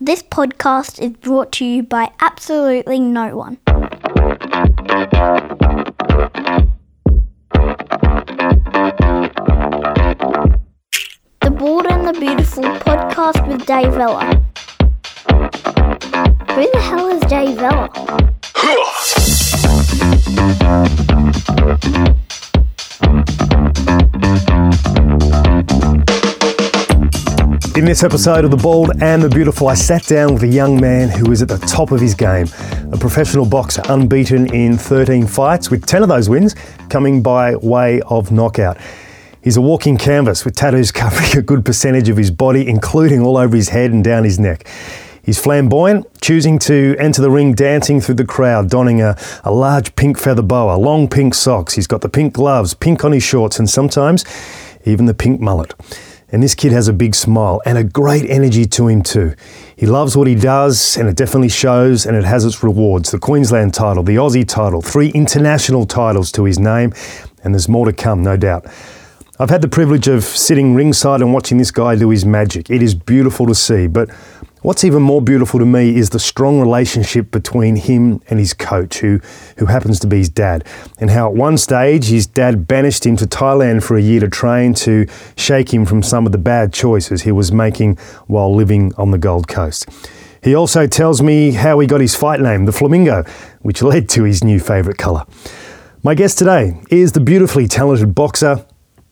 This podcast is brought to you by absolutely no one. The Bold and the Beautiful podcast with Dave Vella. Who the hell is Dave Vella? In this episode of The Bald and the Beautiful, I sat down with a young man who is at the top of his game. A professional boxer unbeaten in 13 fights, with 10 of those wins coming by way of knockout. He's a walking canvas with tattoos covering a good percentage of his body, including all over his head and down his neck. He's flamboyant, choosing to enter the ring dancing through the crowd, donning a, a large pink feather boa, long pink socks. He's got the pink gloves, pink on his shorts, and sometimes even the pink mullet. And this kid has a big smile and a great energy to him, too. He loves what he does, and it definitely shows, and it has its rewards the Queensland title, the Aussie title, three international titles to his name, and there's more to come, no doubt. I've had the privilege of sitting ringside and watching this guy do his magic. It is beautiful to see, but what's even more beautiful to me is the strong relationship between him and his coach, who, who happens to be his dad, and how at one stage his dad banished him to Thailand for a year to train to shake him from some of the bad choices he was making while living on the Gold Coast. He also tells me how he got his fight name, the Flamingo, which led to his new favourite colour. My guest today is the beautifully talented boxer,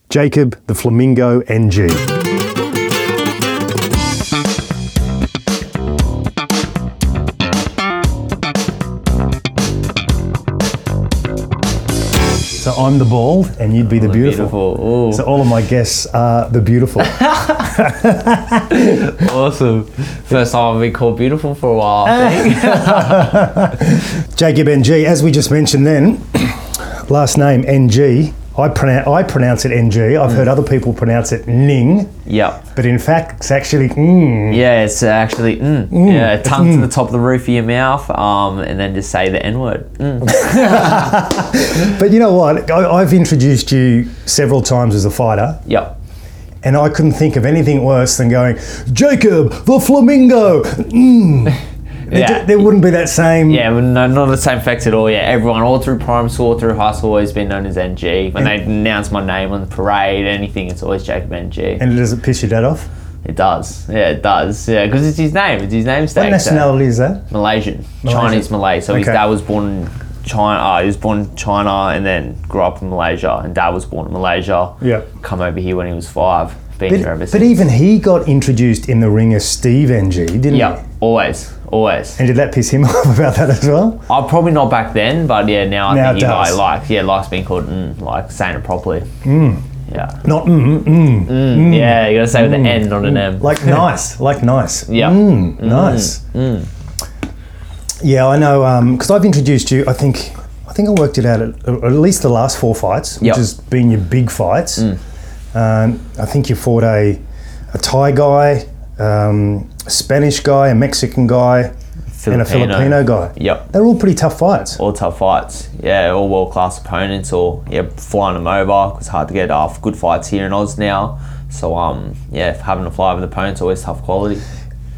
Jacob the Flamingo NG. So I'm the bald and you'd be the, beautiful. Beautiful. Ooh, So all of my guests are the beautiful. awesome. First time I've been called beautiful for a while. Jacob NG, as we just mentioned then, last name NG. I, pronounce I pronounce it NG. I've heard other people pronounce it Ning, Yep. but in fact it's actually mm. Yeah, it's actually mm, yeah, tongue to the top of the roof of your mouth, um, and then just say the N word. Mm. But you know what? I, I've introduced you several times as a fighter, Yep. and I couldn't think of anything worse than going, Jacob, the flamingo. Mm. There Yeah. ju- there wouldn't be that same. Yeah, well, no, not the same effect at all. Yeah, everyone, all through primary school, through high school, always been known as NG. When they announce my name on the parade, anything, it's always Jacob NG. And does it piss your dad off? It does. Yeah, it does. Yeah, because it's his name. It's his namesake. What nationality is that? Malaysian, Chinese Malay. So his Okay. dad was born in China. Uh, he was born in China and then grew up in Malaysia. And dad was born in Malaysia. Yeah. Come over here when he was five. Been here ever But, but since. even he got introduced in the ring as Steve NG, didn't yeah, he? always, always. And did that piss him off about that as well? I probably not back then, but yeah, now I Now it think he like, does. like yeah, likes being called mm, like saying it properly. Mm. Yeah. Not mm, mm, Yeah, you gotta say with an N, not an M. like nice, like nice. Yeah. Mm, nice. Yeah, I know. Because I've introduced you. I think I think I worked it out at, at least the last four fights, which Yep. has been your big fights. Um, I think you fought a a Thai guy, um, a Spanish guy, a Mexican guy, and a Filipino guy. Yep. They're all pretty tough fights. all tough fights. Yeah, all world class opponents, or yeah, flying them over. It's hard to get uh, good fights here in Oz now. So um, yeah, having to fly with opponents always tough quality.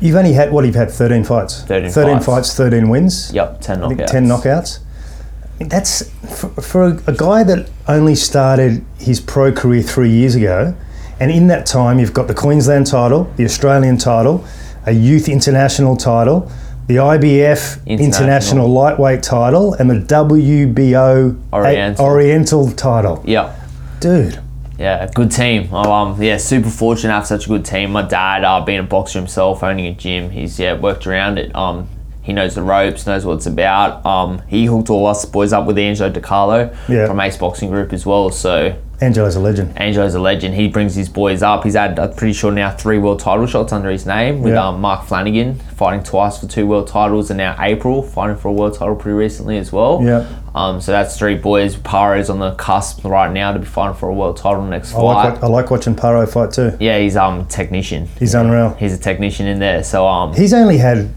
You've only had what? You've had thirteen fights. 13 fights. fights. Thirteen wins. Yep, ten I think knockouts. 10 knockouts. I mean, That's for, for a, a guy that only started his pro career three years ago. And in that time, you've got the Queensland title, the Australian title, a youth international title, the IBF international, International. lightweight title, and the WBO a- Oriental. Oriental title. Yep. Dude, Yeah, good team. Oh, um, yeah, super fortunate to have such a good team. My dad, uh, being a boxer himself, owning a gym, he's yeah worked around it. Um, he knows the ropes, knows what it's about. Um, he hooked all us boys up with Angelo DiCarlo Yeah. from Ace Boxing Group as well. So Angelo's a legend. Angelo's a legend. He brings his boys up. He's had, I'm pretty sure now, three world title shots under his name with Yeah. um, Mark Flanagan fighting twice for two world titles, and now April fighting for a world title pretty recently as well. Yeah. Um, so that's three boys. Paro's on the cusp right now to be fighting for a world title next I fight. like, wa- I like watching Paro fight too. yeah, he's um technician. He's unreal. He's a technician in there. So um. He's only had,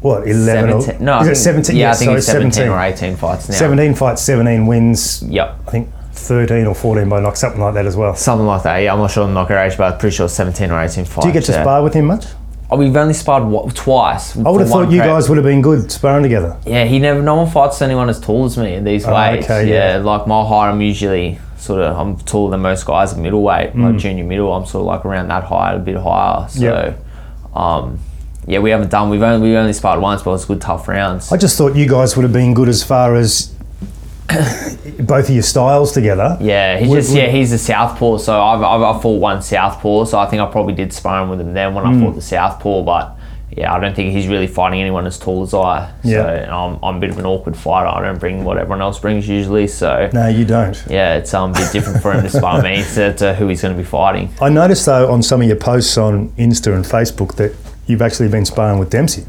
what, 11 or- 17, no, I is it think- 17? Yeah, I Yes, think sorry, it's 17, or 18 fights now. 17 fights, 17 wins, Yep. I think 13 or 14 by knock, something like that as well. Something like that. Yeah, I'm not sure on the knocker age, but I'm pretty sure it's 17 or 18 fights. Do you get to yeah. spar with him much? oh, we've only sparred wa- twice. I would have thought you guys would have been good sparring together. Yeah, he never. No one fights anyone as tall as me in these Oh, weights. okay, yeah. yeah. like my height, I'm usually sort of I'm taller than most guys at middleweight, like junior middle. I'm sort of like around that height, a bit higher. So, Mm. Yep. um, yeah, we haven't done. We've only we only sparred once, but it was good tough rounds. I just thought you guys would have been good as far as both of your styles together. Yeah, he's Would- just would- yeah he's a southpaw. So I've, I've I fought one southpaw. So I think I probably did sparring with him then when Mm. I fought the southpaw. But yeah, I don't think he's really fighting anyone as tall as I. Yeah. So and I'm I'm a bit of an awkward fighter. I don't bring what everyone else brings usually. So No, you don't. yeah, it's um, a bit different for him to spar me to, to who he's going to be fighting. I noticed though on some of your posts on Insta and Facebook that you've actually been sparring with Dempsey.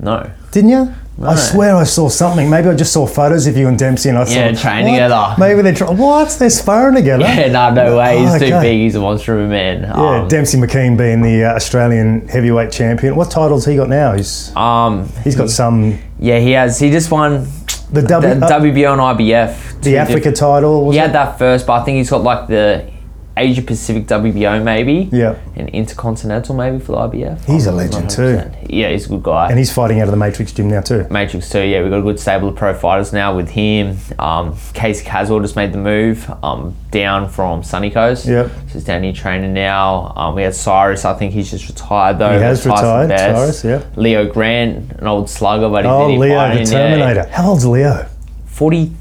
No. Didn't you? I No. swear I saw something. Maybe I just saw photos of you and Dempsey, and I Yeah, thought, train "What? together." Maybe they're tra- what? They're sparring together. Yeah, no, no way. He's Oh, too okay. big. He's a monster of a man. Yeah, Um, Dempsey McKean being the uh, Australian heavyweight champion. What titles he got now? He's um, he's got some yeah, he has. He just won the, w, the uh, WBO and IBF. the two Africa title. Was He it? had that first, but I think he's got like the Asia Pacific WBO maybe. Yeah. And Intercontinental maybe for the IBF. He's a I'm not legend 100%. Yeah, he's a good guy. and he's fighting out of the Matrix gym now too. Matrix 2, yeah, we've got a good stable of pro fighters now with him. Um, Casey Caswell just made the move um, down from Sunny Coast. Yep. So he's down here training now. Um, we had Cyrus, I think he's just retired though. He has Tyson retired, Best. Cyrus, yep. Leo Grant, an old slugger, but he Oh, did he Leo fight the in, Terminator. How old's Leo? Yeah, 40,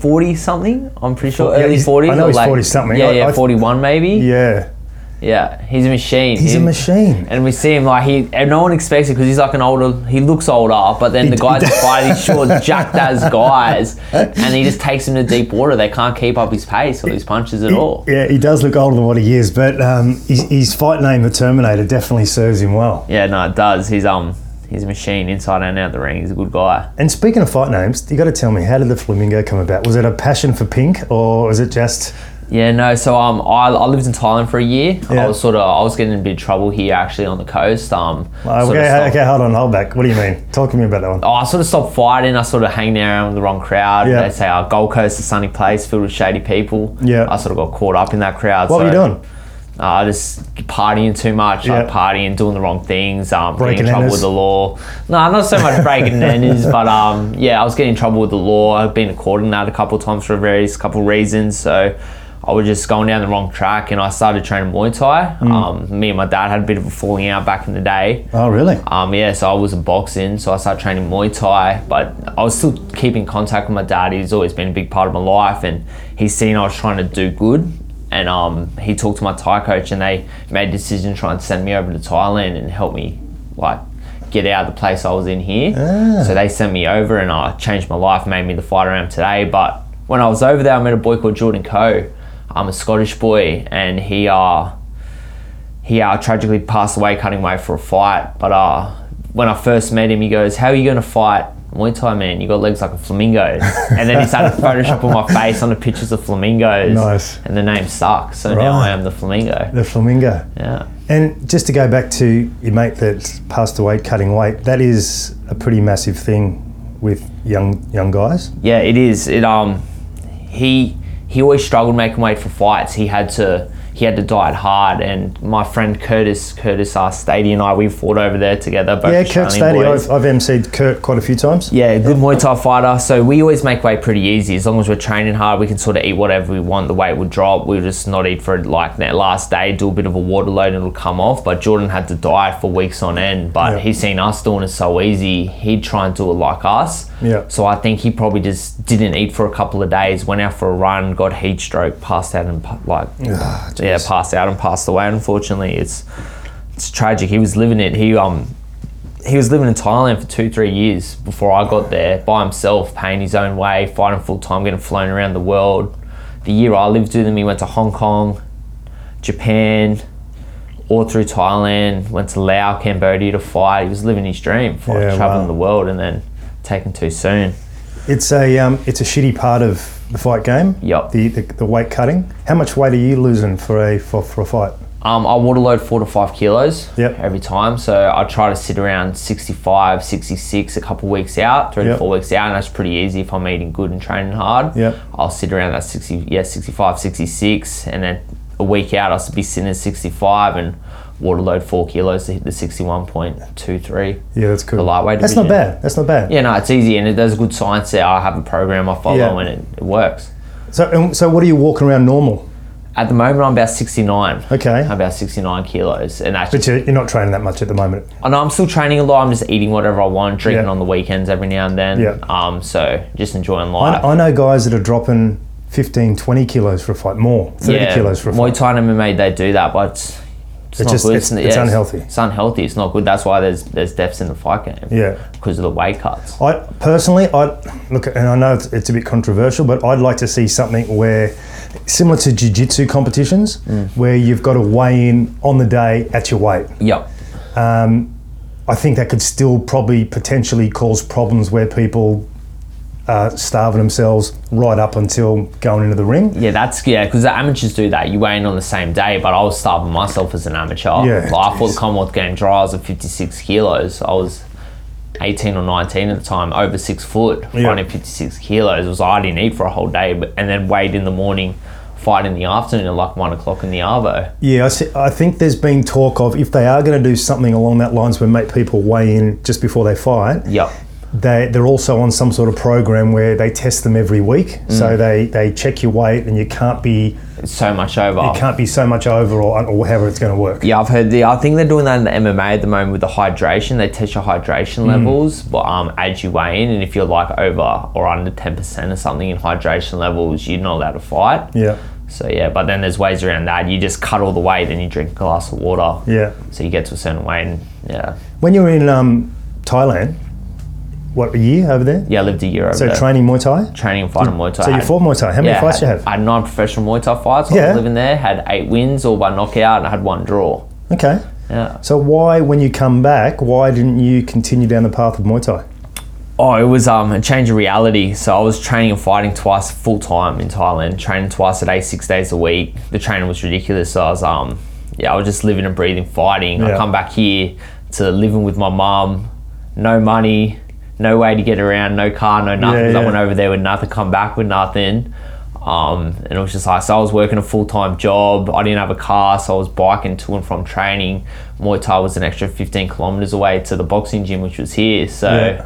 40 something, I'm pretty sure. Yeah, early he's- 40s. I know or he's late- 40 something. Yeah, I- yeah, I- 41 maybe. Yeah, Yeah, he's a machine. he's a He- machine. And we see him like he, and no one expects it because he's like an older. He looks older, but then the d- guys he that fight, he's short, jacked as guys, and he just takes them to deep water. They can't keep up his pace or his punches at all. Yeah, he does look older than what he is, but um, his, his fight name, the Terminator, definitely serves him well. Yeah, no, it does. He's um, he's a machine inside and out the ring. He's a good guy. And speaking of fight names, you got to tell me, how did the flamingo come about? Was it a passion for pink, or was it just Yeah, no. So um, I, I lived in Thailand for a year. Yeah. I was sort of I was getting in a bit of trouble here actually on the coast. Um, Oh, sort of okay, stopped- okay, hold on, hold back. What do you mean? Talk to me about that one. oh, I sort of stopped fighting. I sort of hanging around with the wrong crowd. Yeah. They say, oh, Gold Coast is a sunny place filled with shady people. Yeah. I sort of got caught up in that crowd. What were you so- doing? Uh, I just partying too much, Yeah. like partying, doing the wrong things, um, Breaking getting in trouble enters. with the law. No, not so much breaking enters, but um, yeah, I was getting in trouble with the law. I've been caught in that a couple of times for various couple of reasons. So I was just going down the wrong track, and I started training Muay Thai. Mm. Um, me and my dad had a bit of a falling out back in the day. Oh, really? Um, yeah, so I was a boxing, so I started training Muay Thai, but I was still keeping contact with my dad. He's always been a big part of my life, and he's seen I was trying to do good. And um, he talked to my Thai coach, and they made a decision to try and send me over to Thailand and help me like get out of the place I was in here. So they sent me over, and I changed my life, made me the fighter I am today. But when I was over there, I met a boy called Jordan Coe. I'm a Scottish boy, and he uh, he uh, tragically passed away cutting weight for a fight. But uh, when I first met him, he goes, "How are you going to fight Muay Thai, man? You got legs like a flamingo." and then he started photoshopping my face onto pictures of flamingos. Nice. And the name sucks, so now Right. I am the flamingo. The flamingo. Yeah. And just to go back to your mate that passed away cutting weight, that is a pretty massive thing with young young guys. Yeah, it is. It um, he he always struggled making weight for fights. He had to he had to diet hard. And my friend Curtis Curtis uh, Stady and I we fought over there together. Both Yeah, Kurt Australian Stady, boys. I've, I've MC'd Kurt quite a few times. Yeah, good Muay Thai fighter. So we always make weight pretty easy. As long as we're training hard, we can sort of eat whatever we want. The weight will drop. We'll just not eat for like that last day, do a bit of a water load and it'll come off. But Jordan had to diet for weeks on end. But Yeah. he's seen us doing it so easy, he'd try and do it like us. Yeah. So I think he probably just didn't eat for a couple of days, went out for a run, got heat stroke, passed out and pa- like Ah, yeah, passed out and passed away. Unfortunately, it's it's tragic. He was living it. He um he was living in Thailand for two three years before I got there by himself, paying his own way, fighting full time, getting flown around the world. The year I lived with him, he went to Hong Kong, Japan, all through Thailand. Went to Laos, Cambodia to fight. He was living his dream, fight, Yeah, traveling wow. the world, and then taken too soon. It's a um, it's a shitty part of the fight game. Yup. The, the the weight cutting. How much weight are you losing for a for, for a fight? Um, I water load four to five kilos Yep. every time. So I try to sit around 65, 66 a couple weeks out, three Yep. to four weeks out. And that's pretty easy if I'm eating good and training hard. Yep. I'll sit around that 60, yeah, 65, 66. And then a week out, I'll be sitting at 65. And water load four kilos to hit the 61.23. Yeah, that's cool. The lightweight That's not division. bad. That's not bad. Yeah, no, it's easy and it, there's good science there. I have a program I follow Yeah. and it, it works. So, and so what are you walking around normal? At the moment, I'm about 69. Okay. I'm about 69 kilos. And actually, But you're, you're not training that much at the moment. I know I'm still training a lot. I'm just eating whatever I want, drinking Yeah. on the weekends every now and then. Yeah. Um, so just enjoying I, life. I know guys that are dropping 15, 20 kilos for a fight, more, 30 kilos for a fight. Muay Thai and MMA, they do that, but it's, it's, not just- good. it's- it's unhealthy. It's, unhealthy. It's not good. That's why there's there's depths in the fight game. Yeah. Because of the weight cuts. I personally, I look, and I know it's, it's a bit controversial, but I'd like to see something where, similar to jiu-jitsu competitions, where you've got to weigh in on the day at your weight. Yep. I think that could still probably potentially cause problems where people are starving themselves right up until going into the ring. Yeah, that's yeah. Because the amateurs do that. You weigh in on the same day, but I was starving myself as an amateur. Yeah, Like, I fought geez. the Commonwealth Games trials at 56 kilos. I was 18 or 19 at the time, over six foot, Yeah. fighting 56 kilos. It was I didn't eat for a whole day, but and then weighed in the morning, fight in the afternoon at like one o'clock in the arvo. Yeah, I, see, I think there's been talk of if they are going to do something along that lines where make people weigh in just before they fight. Yep. they, they're also on some sort of program where they test them every week. Mm. So they, they check your weight and you can't be so much over. you can't be so much over or, or however it's going to work. Yeah, I've heard the. I think they're doing that in the MMA at the moment with the hydration. They test your Hmm. hydration levels, but um, as you weigh in, and if you're like over or under ten percent or something in hydration levels, you're not allowed to fight. Yeah. So yeah, but then there's ways around that. You just cut all the weight, then you drink a glass of water. Yeah. So you get to a certain weight, and yeah, When you were in um, Thailand, what a year over there? yeah. I lived a year over So there. training Muay Thai. training and fighting Muay Thai. So I you had- fought Muay Thai. How many yeah, fights I you had, have? I had nine professional Muay Thai fights. I Yeah. was living there. Had eight wins, all by knockout, and I had one draw. okay. Yeah. So why, when you come back, why didn't you continue down the path of Muay Thai? Oh, it was um, a change of reality. So I was training and fighting twice full time in Thailand, training twice a day, six days a week. The training was ridiculous. So I was, um, yeah, I was just living and breathing fighting. Yeah. I come back here to living with my mum, no money, no way to get around, no car, no nothing. Yeah, 'cause yeah. I went over there with nothing, come back with nothing. Um, and it was just like, so I was working a full time job. I didn't have a car, so I was biking to and from training. Muay Thai was an extra 15 kilometers away to the boxing gym, which was here. So Yeah.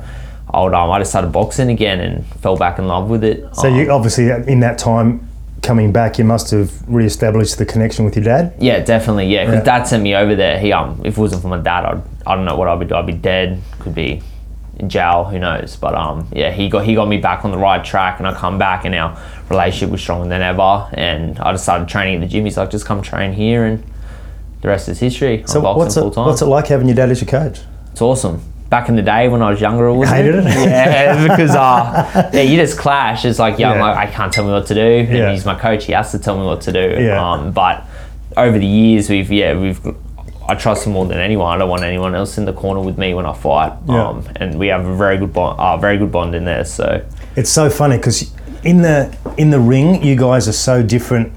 I would, um, I just started boxing again and fell back in love with it. So you obviously in that time coming back, you must have re-established the connection with your dad. Yeah, definitely. Yeah, because Yeah. dad sent me over there. He um, if it wasn't for my dad, I'd I don't know what I'd be. I'd be dead. Could be in jail. Who knows? But um, yeah, he got he got me back on the right track, and I come back, and our relationship was stronger than ever. And I just started training at the gym. He's like, just come train here, and the rest is history. So I'm boxing what's it, full time. what's it like having your dad as your coach? It's awesome. Back in the day when I was younger, I was Hated it? Yeah, because uh, yeah, you just clash. It's like, yeah, I'm Yeah. like, I can't tell me what to do. And Yeah. he's my coach. He has to tell me what to do. Yeah. Um, but over the years, we've yeah, we've I trust him more than anyone. I don't want anyone else in the corner with me when I fight. Yeah. Um, and we have a very good bond. Uh, very good bond in there. So It's so funny because in the in the ring, you guys are so different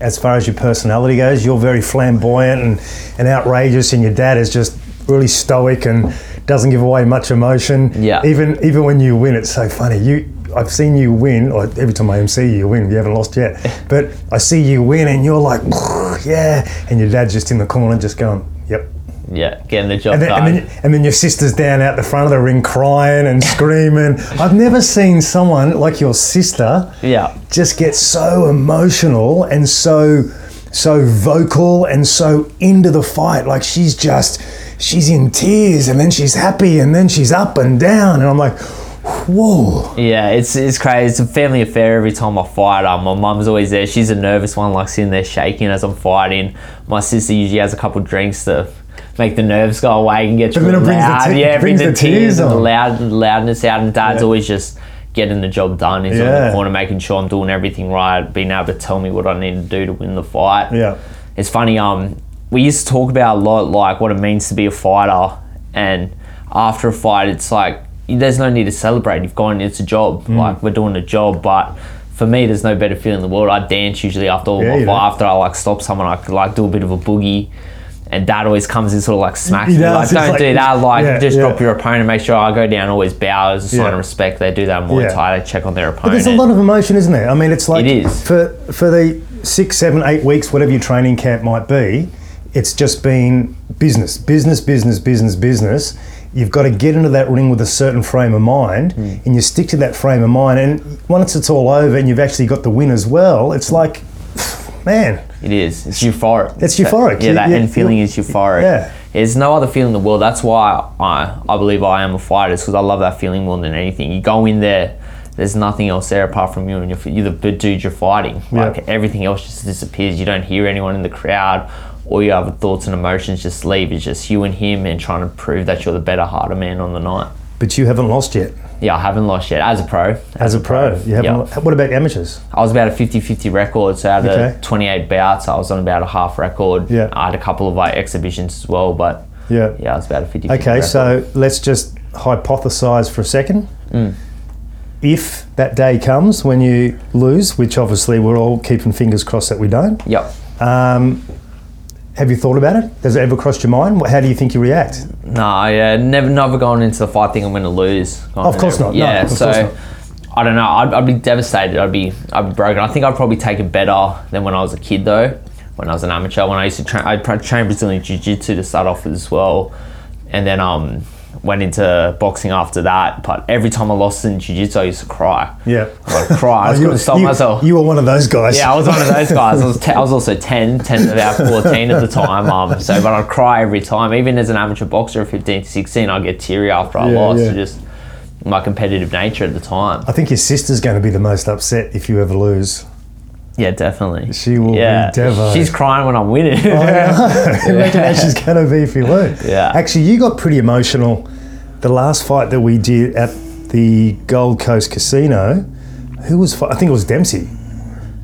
as far as your personality goes. You're very flamboyant and, and outrageous, and your dad is just really stoic and doesn't give away much emotion. Yeah. Even even when you win, it's so funny. You I've seen you win. Or every time I MC you, you win. You haven't lost yet. But I see you win, and you're like, yeah, and your dad's just in the corner, just going, yep. yeah, getting the job And then, done. and, then, and then your sister's down out the front of the ring crying and screaming. I've never seen someone like your sister yeah. just get so emotional and so so vocal and so into the fight. Like she's just she's in tears and then she's happy and then she's up and down and I'm like, whoa. Yeah, it's it's crazy. It's a family affair every time I fight. Um, my mum's always there. She's a nervous one, like sitting there shaking as I'm fighting. My sister usually has a couple drinks to make the nerves go away and get you then it brings the loud. te- yeah, it brings the, tears and the on. loud loudness out. And dad's always just getting the job done. He's on Yeah. the corner making sure I'm doing everything right, being able to tell me what I need to do to win the fight Yeah. it's funny. Um, we used to talk about a lot, like what it means to be a fighter, and after a fight, it's like there's no need to celebrate. You've gone. It's a job. Mm. Like we're doing a job, but. For me, there's no better feeling in the world. I dance usually after all Yeah, my you fight. do. After I like stop someone, I could, like do a bit of a boogie, and Dad always comes in sort of like smacks He me does, like, it's "Don't like- do that!" Like yeah, just yeah. drop your opponent. Make sure I go down. Always bow as a sign Yeah. of respect. They do that in Muay Yeah. Thai. They check on their opponent. But there's a lot of emotion, isn't there? I mean, it's like It is. for for the six, seven, eight weeks, whatever your training camp might be. It's just been business, business, business, business, business. You've got to get into that ring with a certain frame of mind, Hmm. and you stick to that frame of mind. And once it's all over, and you've actually got the win as well, it's like, man, It is. It's euphoric. It's euphoric. That, yeah, You- that you- end feeling you- is euphoric. Yeah. There's no other feeling in the world. That's why I, I believe I am a fighter because I love that feeling more than anything. You go in there, there's nothing else there apart from you and you're, you're the b- dude you're fighting. Like Yeah. everything else just disappears. You don't hear anyone in the crowd. All your other thoughts and emotions just leave. It's just you and him and trying to prove that you're the better, harder man on the night. but you haven't lost yet Yeah, I haven't lost yet. As a pro, as a pro. You haven't. Yeah. lo- What about amateurs? I was about a 50-50 record, so out of Okay. the 28 bouts, I was on about a half record. Yeah. I had a couple of like exhibitions as well, but Yeah. yeah, I was about a 50-50 Okay, record. so let's just hypothesize for a second. Mm. If that day comes when you lose, which obviously we're all keeping fingers crossed that we don't, Yep. um, have you thought about it? Does it ever cross your mind? Wh- How do you think you react? No, yeah, never, never going into the fight thinking I'm going to lose. Going Of course in not, there- no, Yeah, of so course not. I don't know. I'd, I'd be devastated. I'd be, I'd be broken. I think I'd probably take it better than when I was a kid though. When I was an amateur, when I used to train, I pra- trained Brazilian Jiu Jitsu to start off with as well, and then um went into boxing after that. But every time I lost in Jiu Jitsu, I used to cry. Yeah. I would cry. I was going to stop you, myself. you were one of those guys. Yeah, I was one of those guys. I was, te- I was also 10, 10 about 14 at the time. Um, so, but I'd cry every time. Even as an amateur boxer at 15 to 16, I'd get teary after I Yeah, lost. yeah. Just my competitive nature at the time. I think your sister's going to be the most upset if you ever lose. Yeah, definitely. She will be Oh, yeah. devo. She's crying when I'm winning. Imagine how she's going to be if you lose. Yeah. Actually, you got pretty emotional. The last fight that we did at the Gold Coast Casino, who was? Fi- I think it was Dempsey.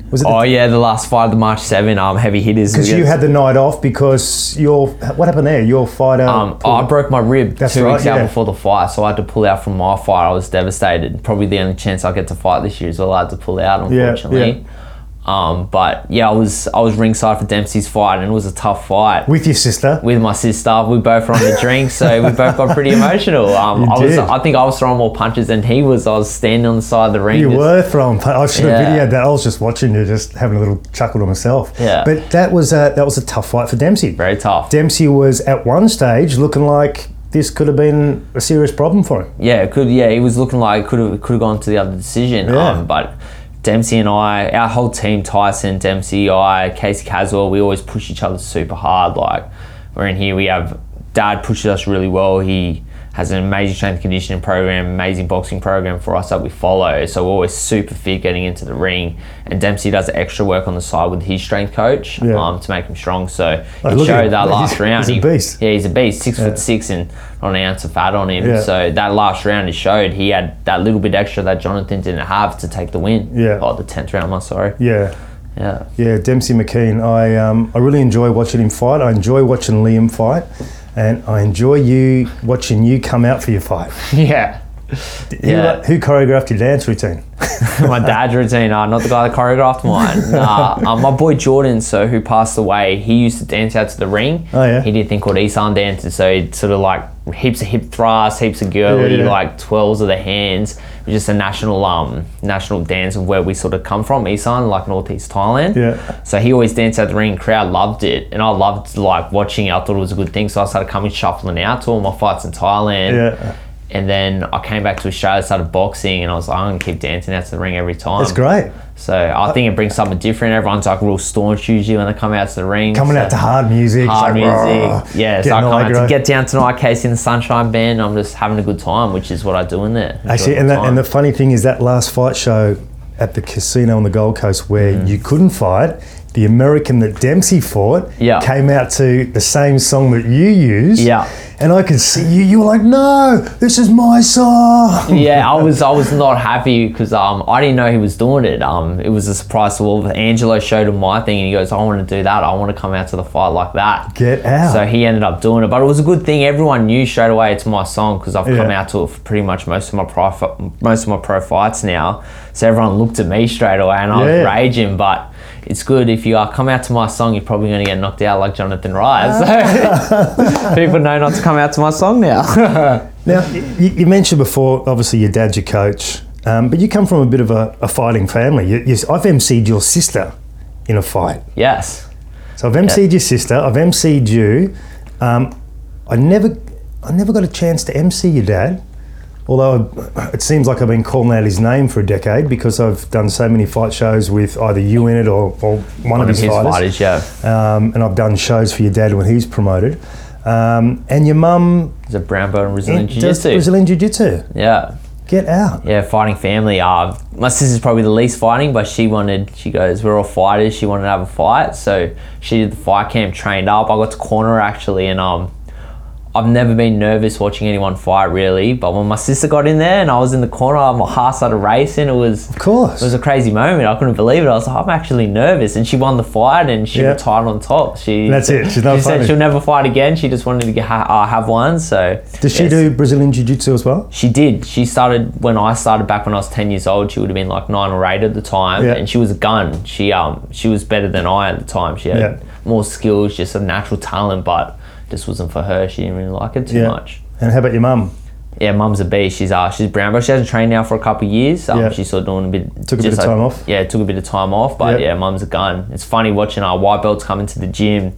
Was it? oh, yeah, the last fight of the March 7 um, heavy hitters. Because you had the night off because your what happened there? Your fighter. Um, oh, I broke my rib That's two right, weeks out yeah. before the fight, so I had to pull out from my fight. I was devastated. Probably the only chance I get to fight this year is all I had to pull out, yeah. unfortunately. Um, but yeah, I was I was ringside for Dempsey's fight, and it was a tough fight with your sister. with my sister. We both were on the drink, so we both got pretty emotional. Um, I was did. I think I was throwing more punches than he was. I was standing on the side of the ring. you just- were throwing. pa- I should have Yeah. videoed that. I was just watching you, just having a little chuckle to myself. Yeah. But that was a that was a tough fight for Dempsey. very tough. Dempsey was at one stage looking like this could have been a serious problem for him. Yeah, it could. Yeah, he was looking like could have could have gone to the other decision. Yeah. Um, but Dempsey and I, our whole team, Tyson, Dempsey, I, Casey Caswell, we always push each other super hard. Like we're in here, we have Dad pushes us really well. He has an amazing strength and conditioning program, amazing boxing program for us that we follow. So we're always super fit getting into the ring. And Dempsey does extra work on the side with his strength coach Yeah. um, to make him strong. So it look at showed him. that He's- last round. he's a he- beast. yeah, he's a beast, six foot six, and not an ounce of fat on him. Yeah. So that last round, it showed he had that little bit extra that Jonathan didn't have to take the win. Yeah. Oh, the tenth round. I'm sorry. Yeah. Yeah. Yeah, Dempsey McKean. I um, I really enjoy watching him fight. I enjoy watching Liam fight, and I enjoy you watching you come out for your fight. Yeah. Who- Yeah. Who, choreographed your dance routine? my dad's routine. Uh, not the guy that choreographed mine. Nah, um, my boy Jordan, so who passed away, he used to dance out to the ring. Oh, yeah. He did a thing called Isan dances, so he'd sort of like heaps of hip thrusts, heaps of girly Yeah, yeah. like twirls of the hands. It was just a national um national dance of where we sort of come from, Isan, like northeast Thailand. Yeah. So he always danced out the ring. Crowd loved it, and I loved like watching. it. I thought it was a good thing, so I started coming shuffling out to all my fights in Thailand. Yeah. And then I came back to Australia, started boxing, and I was like, I'm gonna keep dancing out to the ring every time. That's great. So I think it brings something different. Everyone's like real staunch usually when they come out to the ring. Coming so- out to hard music. hard it's music. like, "Rah," yeah, so getting I come out aggro. to get down tonight, Casey in the Sunshine Band. I'm just having a good time, which is what I do in there. Enjoy Actually, my and, that, time. and the funny thing is that last fight show at the casino on the Gold Coast where Mm. you couldn't fight, the American that Dempsey fought Yeah. came out to the same song that you used. Yeah. And I could see you, you were like, no, this is my song. yeah, I was I was not happy because um I didn't know he was doing it. Um, it was a surprise to all. Angelo showed him my thing, and he goes, "I want to do that. I want to come out to the fight like that." Get out. So he ended up doing it, but it was a good thing. Everyone knew straight away it's my song because I've come Yeah. out to it for pretty much most of my pro most of my pro fights now. So everyone looked at me straight away, and I Yeah. was raging, but. It's good if you are come out to my song, you're probably going to get knocked out like Jonathan Ryan. So people know not to come out to my song now. Now, you, you mentioned before, obviously, your dad's your coach, um, but you come from a bit of a, a fighting family. You, you, I've emceed your sister in a fight. yes. So I've MC'd your sister. I've MC'd you. Um, I never, I never got a chance to MC your dad. Although I, it seems like I've been calling out his name for a decade because I've done so many fight shows with either you in it or, or one, of his, fighters. fighters, yeah. Um, and I've done shows for your dad when he's promoted. Um, and your mum He's a brown belt in Brazilian Jiu does Jitsu. Brazilian Jiu Jitsu. Yeah. Get out. Yeah, fighting family. Uh, my sister's probably the least fighting, but she wanted, she goes, we're all fighters. She wanted to have a fight. So she did the fight camp, trained up. I got to corner her actually, and um, I've never been nervous watching anyone fight really. But when my sister got in there and I was in the corner, my heart started racing. It was, Of course. it was a crazy moment. I couldn't believe it. I was like, I'm actually nervous. And she won the fight and she Yeah. retired on top. She That's it. She's not she fighting. said she'll never fight again. She just wanted to get, ha- uh, have one. So does she yes. do Brazilian Jiu Jitsu as well? She did. She started when I started back when I was ten years old. She would have been like nine or eight at the time, Yeah. and she was a gun. She um she was better than I at the time. She had Yeah. more skills, just a natural talent, but just wasn't for her. She didn't really like it too much. And how about your mum? Yeah, mum's a bee. She's uh she's brown, but she hasn't trained now for a couple of years. Um, Yeah. She's sort of doing a bit. Took a bit just of time off. Yeah, took a bit of time off, but Yeah. yeah, mum's a gun. It's funny watching our white belts come into the gym.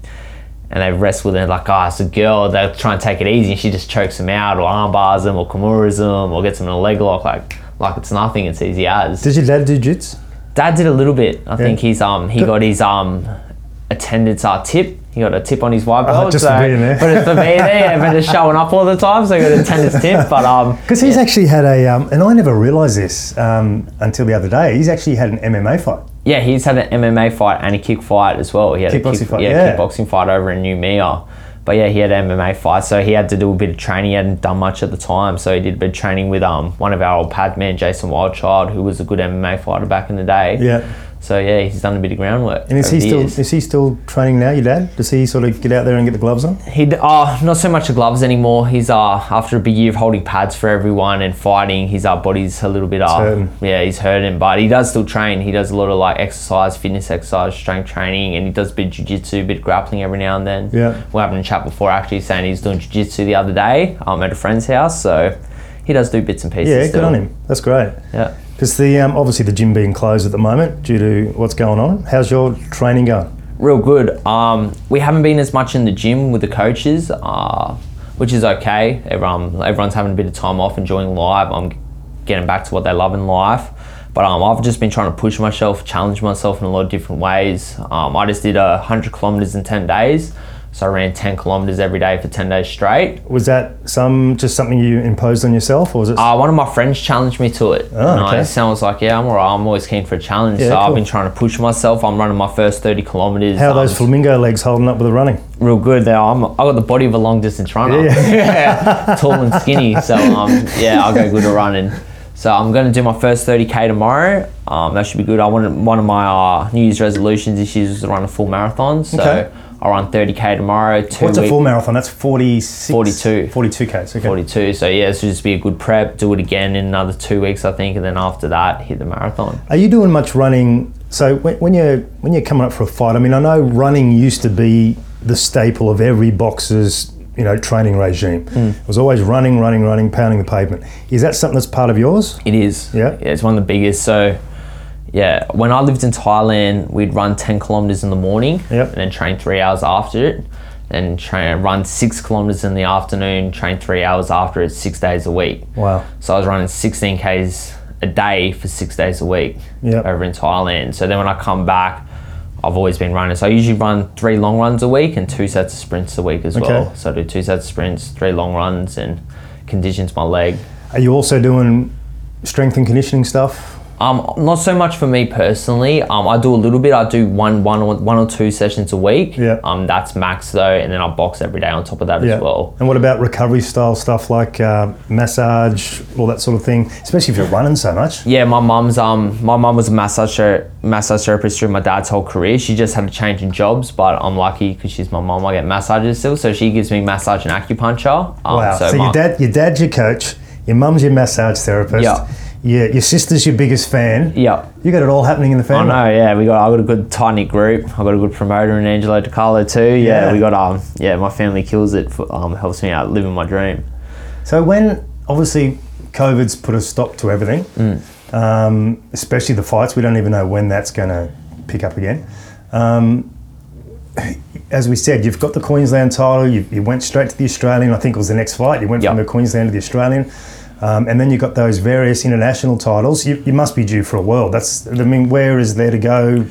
And they wrestle and they're like, oh, it's a girl. They'll try and take it easy, and she just chokes them out, or arm bars them, or kimuras them, or gets them in a leg lock. Like, like it's nothing. It's easy as. Does your dad do Jiu Jitsu? Dad did a little bit. I think he's um he Good. got his um attendance uh, tip. He got a tip on his white belt. Uh-huh, just for so- being there. But it's for being there, yeah, but it's showing up all the time, so he got an attendance tip. But um, Because he's actually had a, um, and I never realised this um, until the other day. He's actually had an MMA fight. Yeah, he's had an MMA fight and a kick fight as well. He had Kickboxing a kick, fight, yeah, yeah. kickboxing fight over in New Mia. But yeah, he had an MMA fight, so he had to do a bit of training. He hadn't done much at the time, so he did a bit of training with um one of our old pad men, Jason Wildchild, who was a good MMA fighter back in the day. Yeah. So yeah, Oh, he's done a bit of groundwork. And is over he the still years. is he still training now? Your dad? Does he sort of get out there and get the gloves on? He uh, not so much the gloves anymore. He's uh after a big year of holding pads for everyone and fighting, his uh, body's a little bit uh hurting. yeah he's hurting, but he does still train. He does a lot of like exercise, fitness exercise, strength training, and he does a bit of jujitsu, a bit of grappling every now and then. Yeah. we're having a chat before actually saying he's doing jujitsu the other day um, at a friend's house, so he does do bits and pieces. Yeah, good still. on him. That's great. Yeah. Because the um, obviously the gym being closed at the moment due to what's going on. How's your training going? real good. Um, we haven't been as much in the gym with the coaches, uh, which is okay. Everyone, everyone's having a bit of time off, enjoying life. I'm getting back to what they love in life. But um, I've just been trying to push myself, challenge myself in a lot of different ways. Um, I just did uh, 100 kilometers in 10 days. So I ran 10 kilometers every day for 10 days straight. Was that some just something you imposed on yourself, or was it? Uh, one of my friends challenged me to it. and Oh, okay. I sounds like, yeah, I'm all right. I'm always keen for a challenge. Yeah, so cool. I've been trying to push myself. I'm running my first 30 kilometers. how are um, those flamingo legs holding up with the running? real good there. I'm, I got the body of a long distance runner. Tall and skinny. So, um, yeah, I'll go good at running. So, I'm going to do my first 30K tomorrow. Um, that should be good. I wanted, One of my uh, New Year's resolutions this year was to run a full marathon. So, Okay. I'll run 30K tomorrow. Two What's a week- full marathon? That's 46, 42. 42 k's. Okay. 42. So, yeah, this should just be a good prep. Do it again in another two weeks, I think. And then after that, hit the marathon. Are you doing much running? So when, when you're when you're coming up for a fight, I mean, I know running used to be the staple of every boxer's you know training regime. Hmm. It was always running, running, running, pounding the pavement. Is that something that's part of yours? It is. Yeah. It's one of the biggest. So, yeah, when I lived in Thailand, we'd run 10 kilometers in the morning Yep. and then train three hours after it. And train, run six kilometers in the afternoon, train three hours after it, six days a week. Wow. So I was running 16 Ks a day for six days a week Yep. over in Thailand. So then when I come back, I've always been running. So I usually run three long runs a week and two sets of sprints a week as Okay. well. So I do two sets of sprints, three long runs, and conditions my leg. Are you also doing strength and conditioning stuff? Um, not so much for me personally. Um, I do a little bit. I do one, one, or, one or two sessions a week. Yeah. Um, that's max though, and then I box every day on top of that as well. And what about recovery style stuff like uh, massage, all that sort of thing? Especially if you're running so much. Yeah, my mum's um, my mum was a massage ther- massage therapist through my dad's whole career. She just had a change in jobs, but I'm lucky because she's my mum. I get massages still, so she gives me massage and acupuncture. Um, Wow. So, my- your dad, your dad's your coach. Your mum's your massage therapist. Yeah. Your, your sister's your biggest fan. Yeah. You got it all happening in the I family. know, yeah. We got I got a good tight knit group. I got a good promoter in Angelo DiCarlo too. Yeah, Yeah. we got um yeah, my family kills it for, um helps me out living my dream. So when obviously COVID's put a stop to everything, Mm. um, especially the fights, we don't even know when that's going to pick up again. Um, as we said, you've got the Queensland title. You, you went straight to the Australian. I think it was the next flight. You went Yep. from the Queensland to the Australian, um, and then you got those various international titles. You, you must be due for a world. That's. I mean, where is there to go?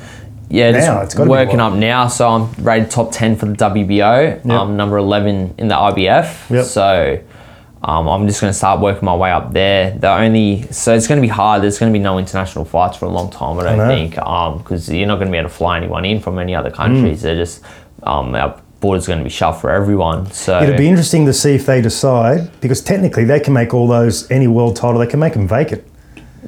Yeah, Now, it's just gotta be working wild. up now. So I'm rated top 10 for the WBO, um, number 11 in the IBF. Yep. So um, I'm just going to start working my way up there. The only so it's going to be hard. There's going to be no international flights for a long time. I don't know. think because you're not going to be able to fly anyone in from any other Mm. countries. They're just um, our border's going to be shut for everyone. So It'll be interesting to see if they decide because technically they can make all those any world title. They can make them vacant.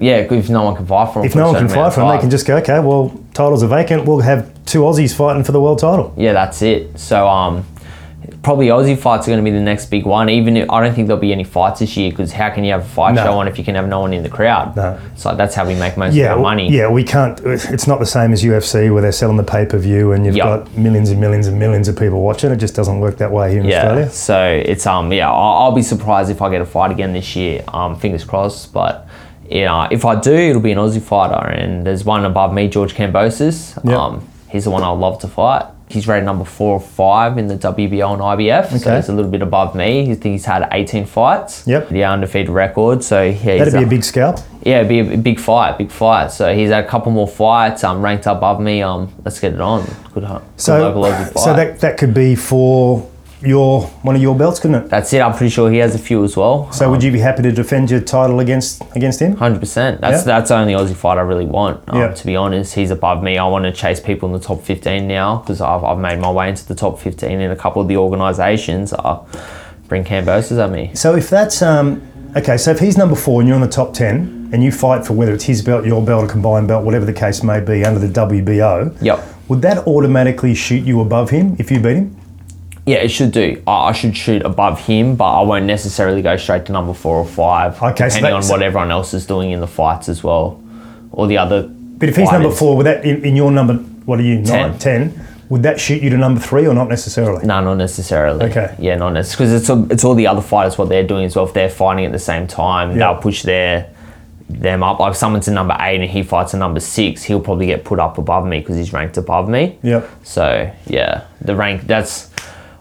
yeah, if no one can fly for 'em If for a no one certain can fly amount of for them, they time. can just go. Okay, well, titles are vacant. We'll have two Aussies fighting for the world title. yeah, that's it. So um, probably Aussie fights are going to be the next big one. Even if, I don't think there'll be any fights this year because how can you have a fight No. show on if you can have no one in the crowd? No. So that's how we make most Yeah, of w- our money. Yeah, we can't. It's not the same as UFC where they're selling the pay per view and you've Yeah. got millions and millions and millions of people watching. It just doesn't work that way here in Yeah. Australia. So it's um yeah, I'll, I'll be surprised if I get a fight again this year. Um, fingers crossed. But yeah, if I do, it'll be an Aussie fighter. And there's one above me, George Cambosis. Yeah. Um, he's the one I love to fight. He's rated number four or five in the WBO and IBF, so Okay. he's a little bit above me. He think he's had 18 fights. Yep. The undefeated record. So yeah, That'd he's be a up- big scalp. yeah, it'd be a big fight, big fight. So he's had a couple more fights. Um, ranked above me. Um, let's get it on. Good, ho- good So, local Aussie fight. so that that could be for your one of your belts, couldn't it? That's it. I'm pretty sure he has a few as well. So, would you be happy to defend your title against against him? Hundred percent. That's Yeah. that's the only Aussie fight I really want. Um, Yeah. To be honest, he's above me. I want to chase people in the top fifteen now because I've, I've made my way into the top fifteen in a couple of the organisations. Uh, bring Cambosis at me. So, if that's um, okay, so if he's number four and you're in the top ten and you fight for whether it's his belt, your belt, a combined belt, whatever the case may be, under the WBO, Yep. would that automatically shoot you above him if you beat him? Yeah, it should do. I, I should shoot above him, but I won't necessarily go straight to number four or five, Okay, so depending that- on so- what everyone else is doing in the fights as well, or the other. But if he's number fighters. four, would that in, in your number? What are you Ten. nine, ten? Would that shoot you to number three or not necessarily? No, not necessarily. Okay. Yeah, not necessarily. Because it's, all- it's all the other fighters, what they're doing as well. If they're fighting at the same time, Yeah. they'll push their them up. Like if someone's a number eight and he fights a number six, he'll probably get put up above me because he's ranked above me. Yep. So, yeah, the rank, that's,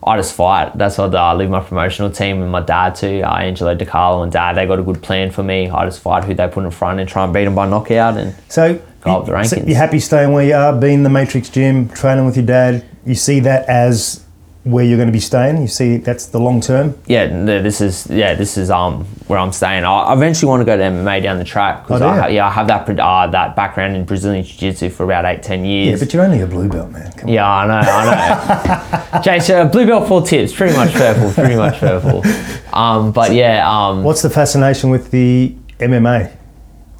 I just fight. That's what uh, I leave my promotional team and my dad too, uh, Angelo DiCarlo and dad. They got a good plan for me. I just fight who they put in front and try and beat them by knockout. And So, Go up the you- so rankings. you're happy staying where you are, being in the Matrix gym, training with your dad. You see that as where you're going to be staying. You see that's the long term. yeah, th- this is yeah, this is um where I'm staying. I I eventually want to go to MMA down the track because Oh, I yeah. ha- yeah I have that pre- uh, that background in Brazilian Jiu Jitsu for about eight ten Yeah, years. but you're only a blue belt, man. Come on. Yeah, I know, I know. Jay, so blue belt full tips, pretty much purple, pretty much purple. Um, but yeah, um, What's the fascination with the MMA?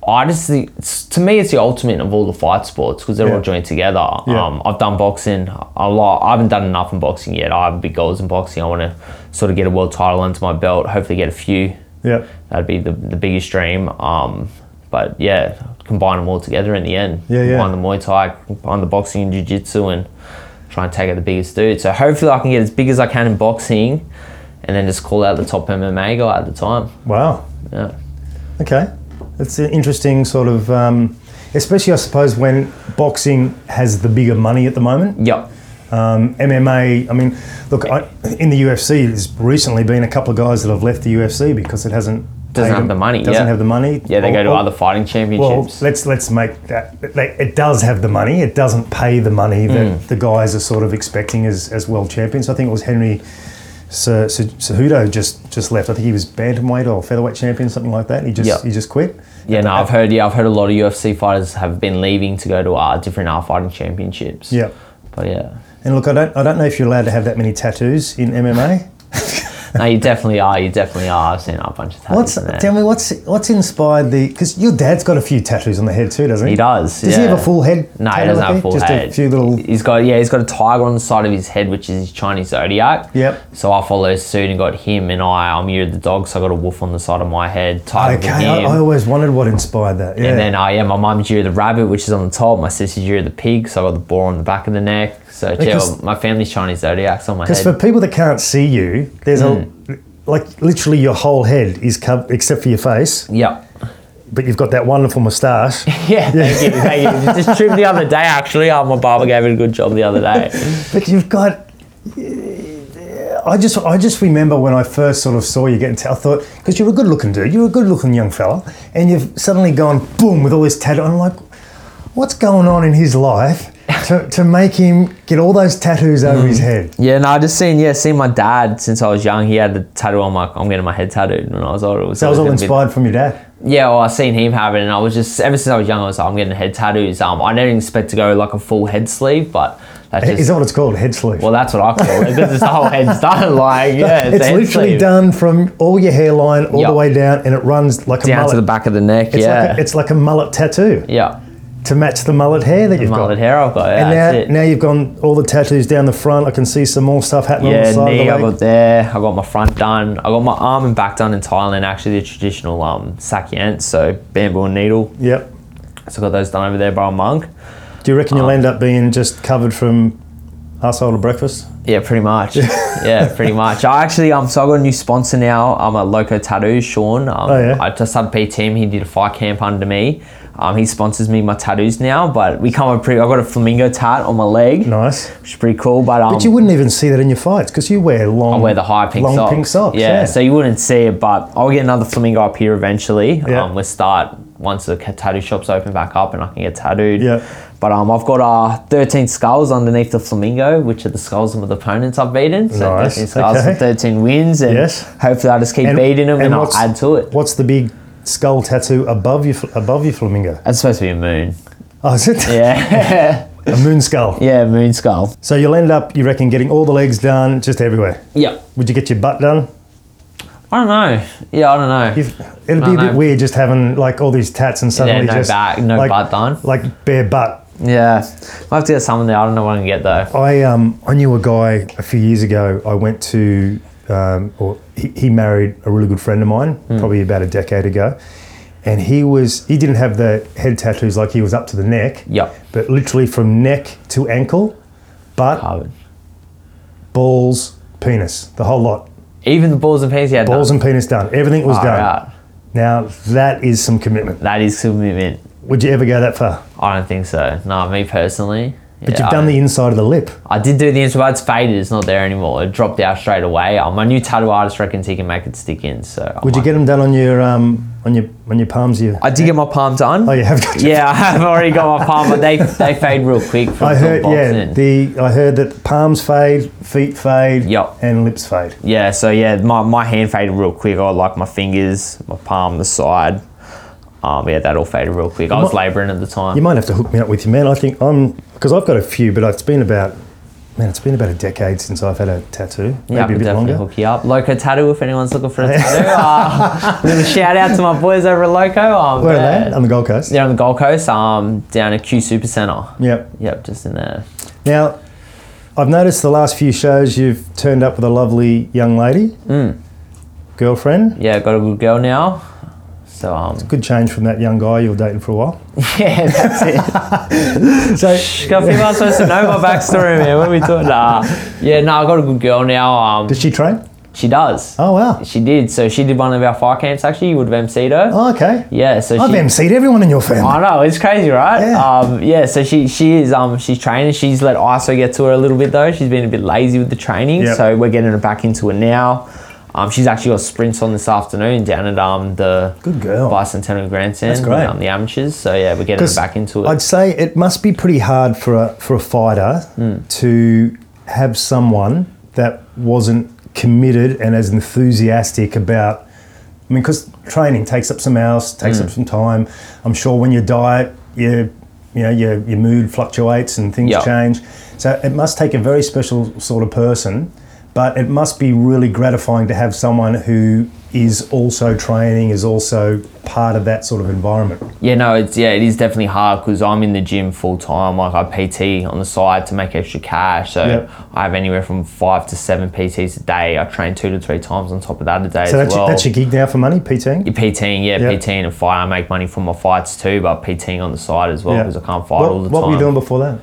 I just think it's, to me it's the ultimate of all the fight sports because they're Yeah. all joined together. Yeah. Um, I've done boxing a lot. I haven't done enough in boxing yet. I have big goals in boxing. I want to sort of get a world title under my belt. Hopefully, get a few. Yeah. That'd be the, the biggest dream. Um, but yeah, combine them all together in the end. Yeah, yeah. Combine the Muay Thai, combine the boxing and jiu-jitsu and try and take out the biggest dude. So hopefully I can get as big as I can in boxing and then just call out the top MMA guy at the time. Wow. Yeah. Okay. That's an interesting sort of, um, especially I suppose when boxing has the bigger money at the moment. Yep. Um, MMA, I mean, look, I, in the UFC, there's recently been a couple of guys that have left the UFC because it hasn't Doesn't paid have them- the money, Doesn't yeah. have the money. Yeah, they Or- go to or- other fighting Well, championships. let's let's make that. Like, it does have the money. It doesn't pay the money Mm. that the guys are sort of expecting as, as world champions. I think it was Henry Sa- Sa- Cejudo just just left. I think he was bantamweight or featherweight champion, something like that. He just Yeah. he just quit. yeah, no, I've heard yeah, I've heard a lot of UFC fighters have been leaving to go to uh, different uh, fighting championships. Yeah. But yeah. And look, I don't I don't know if you're allowed to have that many tattoos in MMA. No, you definitely are. You definitely are. I've seen a bunch of times. What's tell me what's what's inspired the because your dad's got a few tattoos on the head too, doesn't he? He does, Does he have yeah. a full head? No, he tattoo doesn't like have a that? full Just head. a few little. He's got yeah, he's got a tiger on the side of his head, which is his Chinese zodiac. Yep. So I follow suit and got him, and I I'm year of the dog, so I got a wolf on the side of my head, tiger Okay, with I, him. I always wondered what inspired that. Yeah. and then uh, yeah, my mum's year of the rabbit, which is on the top. My sister's year of the pig, so I got the boar on the back of the neck. So yeah, Because- well, my family's Chinese zodiacs on my because head. for people that can't see you, Hmm. there's a like literally your whole head is covered except for your face. yep. but you've got that wonderful moustache. Yeah, thank you, thank you. Just trimmed the other day, actually. Oh, my barber gave it a good job the other day. But you've got. I just, I just remember when I first sort of saw you getting. T- I thought because you're a good-looking dude, you're a good-looking young fella, and you've suddenly gone boom with all this tattoo. I'm like, what's going on in his life to, to make him get all those tattoos over Hmm. his head? Yeah, no, I just seen yeah, seen my dad since I was young. He had the tattoo on my. I'm getting my head tattooed when I was older. It That was all always gonna be- inspired from your dad. Yeah, well, I seen him have it, and I was just ever since I was young, I was like, I'm getting head tattoos. Um, I didn't expect to go like a full head sleeve, but that's just. Is that what it's called? Head sleeve. well, that's what I call it because it's the whole head's done. Like, yeah, it's, a it's head literally sleeve. done from all your hairline all Yeah. the way down, and it runs like a down mullet. to the back of the neck. It's, yeah, like a, it's like a mullet tattoo yeah, to match the mullet hair that you've mullet got. hair I've got. Yeah, And that's now, it. now you've gone all the tattoos down the front. I can see some more stuff happening on the Yeah, side knee, of I the leg. got there. I got my front done. I got my arm and back done in Thailand, actually, the traditional um, Sakyant, so bamboo and needle. Yep. So I got those done over there by a monk. Do you reckon Oh. you'll end up being just covered from arsehole to breakfast? Yeah, pretty much. yeah, pretty much. I actually, um, so I got a new sponsor now. I'm a Loco Tattoos, Sean. Um, Oh, yeah. I just had PT him. He did a fight camp under me. Um, he sponsors me my tattoos now, but we come up pretty. I got a flamingo tat on my leg, Nice. which is pretty cool. But um, But you wouldn't even see that in your fights because you wear long. I wear the high pink long socks. pink socks. Yeah, so you wouldn't see it, but I'll get another flamingo up here eventually. Yeah. Um, we'll start once the ca- tattoo shops open back up and I can get tattooed. Yeah. But um, I've got uh, 13 skulls underneath the flamingo, which are the skulls of the opponents I've beaten. So Nice, 13 skulls okay. for 13 wins. And Yes. hopefully I just keep beating them and, I'll what's- add to it. What's the big skull tattoo above your fl- above your flamingo? That's supposed to be a moon. Oh, is it Yeah. a moon skull? yeah, moon skull. So you'll end up, you reckon, getting all the legs done just everywhere. Yeah. Would you get your butt done? I don't know. Yeah, I don't know. If- It'd No, be a bit no. weird just having like all these tats and suddenly no just back, no like, butt done. like bare butt. yeah. I have to get someone there. I don't know what I'm going to get though. I um I knew a guy a few years ago. I went to um, or he, he married a really good friend of mine, Hmm. probably about a decade ago, and he was he didn't have the head tattoos like he was up to the neck. Yep. But literally from neck to ankle, butt, Covered. balls, penis, the whole lot. Even the balls and penis, yeah. Balls and penis done. Everything was done. Now that is some commitment. That is commitment. Would you ever go that far? I don't think so. No, me personally. But you've done the inside of the lip. I did do the intro, but it's faded. It's not there anymore. It dropped out straight away. Uh, my new tattoo artist reckons he can make it stick in. So I Would you might- get them done on your um on your on your palms? You I did get my palm done. oh you have got. yeah, I have already got my palm, but they they fade real quick from I heard yeah boxing. the I heard that palms fade, feet fade, Yup. and lips fade. yeah, so yeah, my, my hand faded real quick. I like my fingers, my palm, the side. Um, yeah, that all faded real quick. I was might- labouring at the time. You might have to hook me up with you, man. I think I'm because I've got a few, but it's been about man, it's been about a decade since I've had a tattoo, maybe Yeah, I a could bit definitely longer. hook you up. Loco Tattoo, if anyone's looking for a tattoo. Uh, little shout out to my boys over at Loco. Um, Where yeah, are they? On the Gold Coast. They're on the Gold Coast, um, down at Q Super Centre. Yep. Yep, just in there. Now, I've noticed the last few shows you've turned up with a lovely young lady, Hmm. girlfriend. Yeah, got a good girl now. So, um, Good change from that young guy you were dating for a while. yeah, that's it. So Got people are supposed to know my backstory, man. What are we talking? Nah. Yeah, no, I got a good girl now. Um, does she train? she does. Oh wow. She did. So she did one of our fire camps, actually. You would have MC'd her. Oh, okay. Yeah, so I've she... MC'd everyone in your family. I know it's crazy, right? Yeah. Um, yeah. So she she is um she's training. She's let ISO get to her a little bit though. She's been a bit lazy with the training, Yep. so we're getting her back into it now. Um, she's actually got sprints on this afternoon down at um the Good girl. bicentennial grandstand. That's great. with, Um, the amateurs. So yeah, we're getting her 'Cause back into it. I'd say it must be pretty hard for a for a fighter Hmm. to have someone that wasn't committed and as enthusiastic about. I mean, because training takes up some hours, takes Hmm. up some time. I'm sure when your diet, your you know your your mood fluctuates and things Yeah. change. So it must take a very special sort of person, but it must be really gratifying to have someone who is also training, is also part of that sort of environment. yeah, no, it's yeah, it is definitely hard because I'm in the gym full time. Like I PT on the side to make extra cash. So Yep. I have anywhere from five to seven PTs a day. I train two to three times on top of that a day. So as that's, well. your, that's your gig now for money, PTing? You're PTing, yeah, Yeah. PTing and fight. I make money from my fights too, but PTing on the side as well Yeah. because I can't fight what, all the What time. were you doing before that?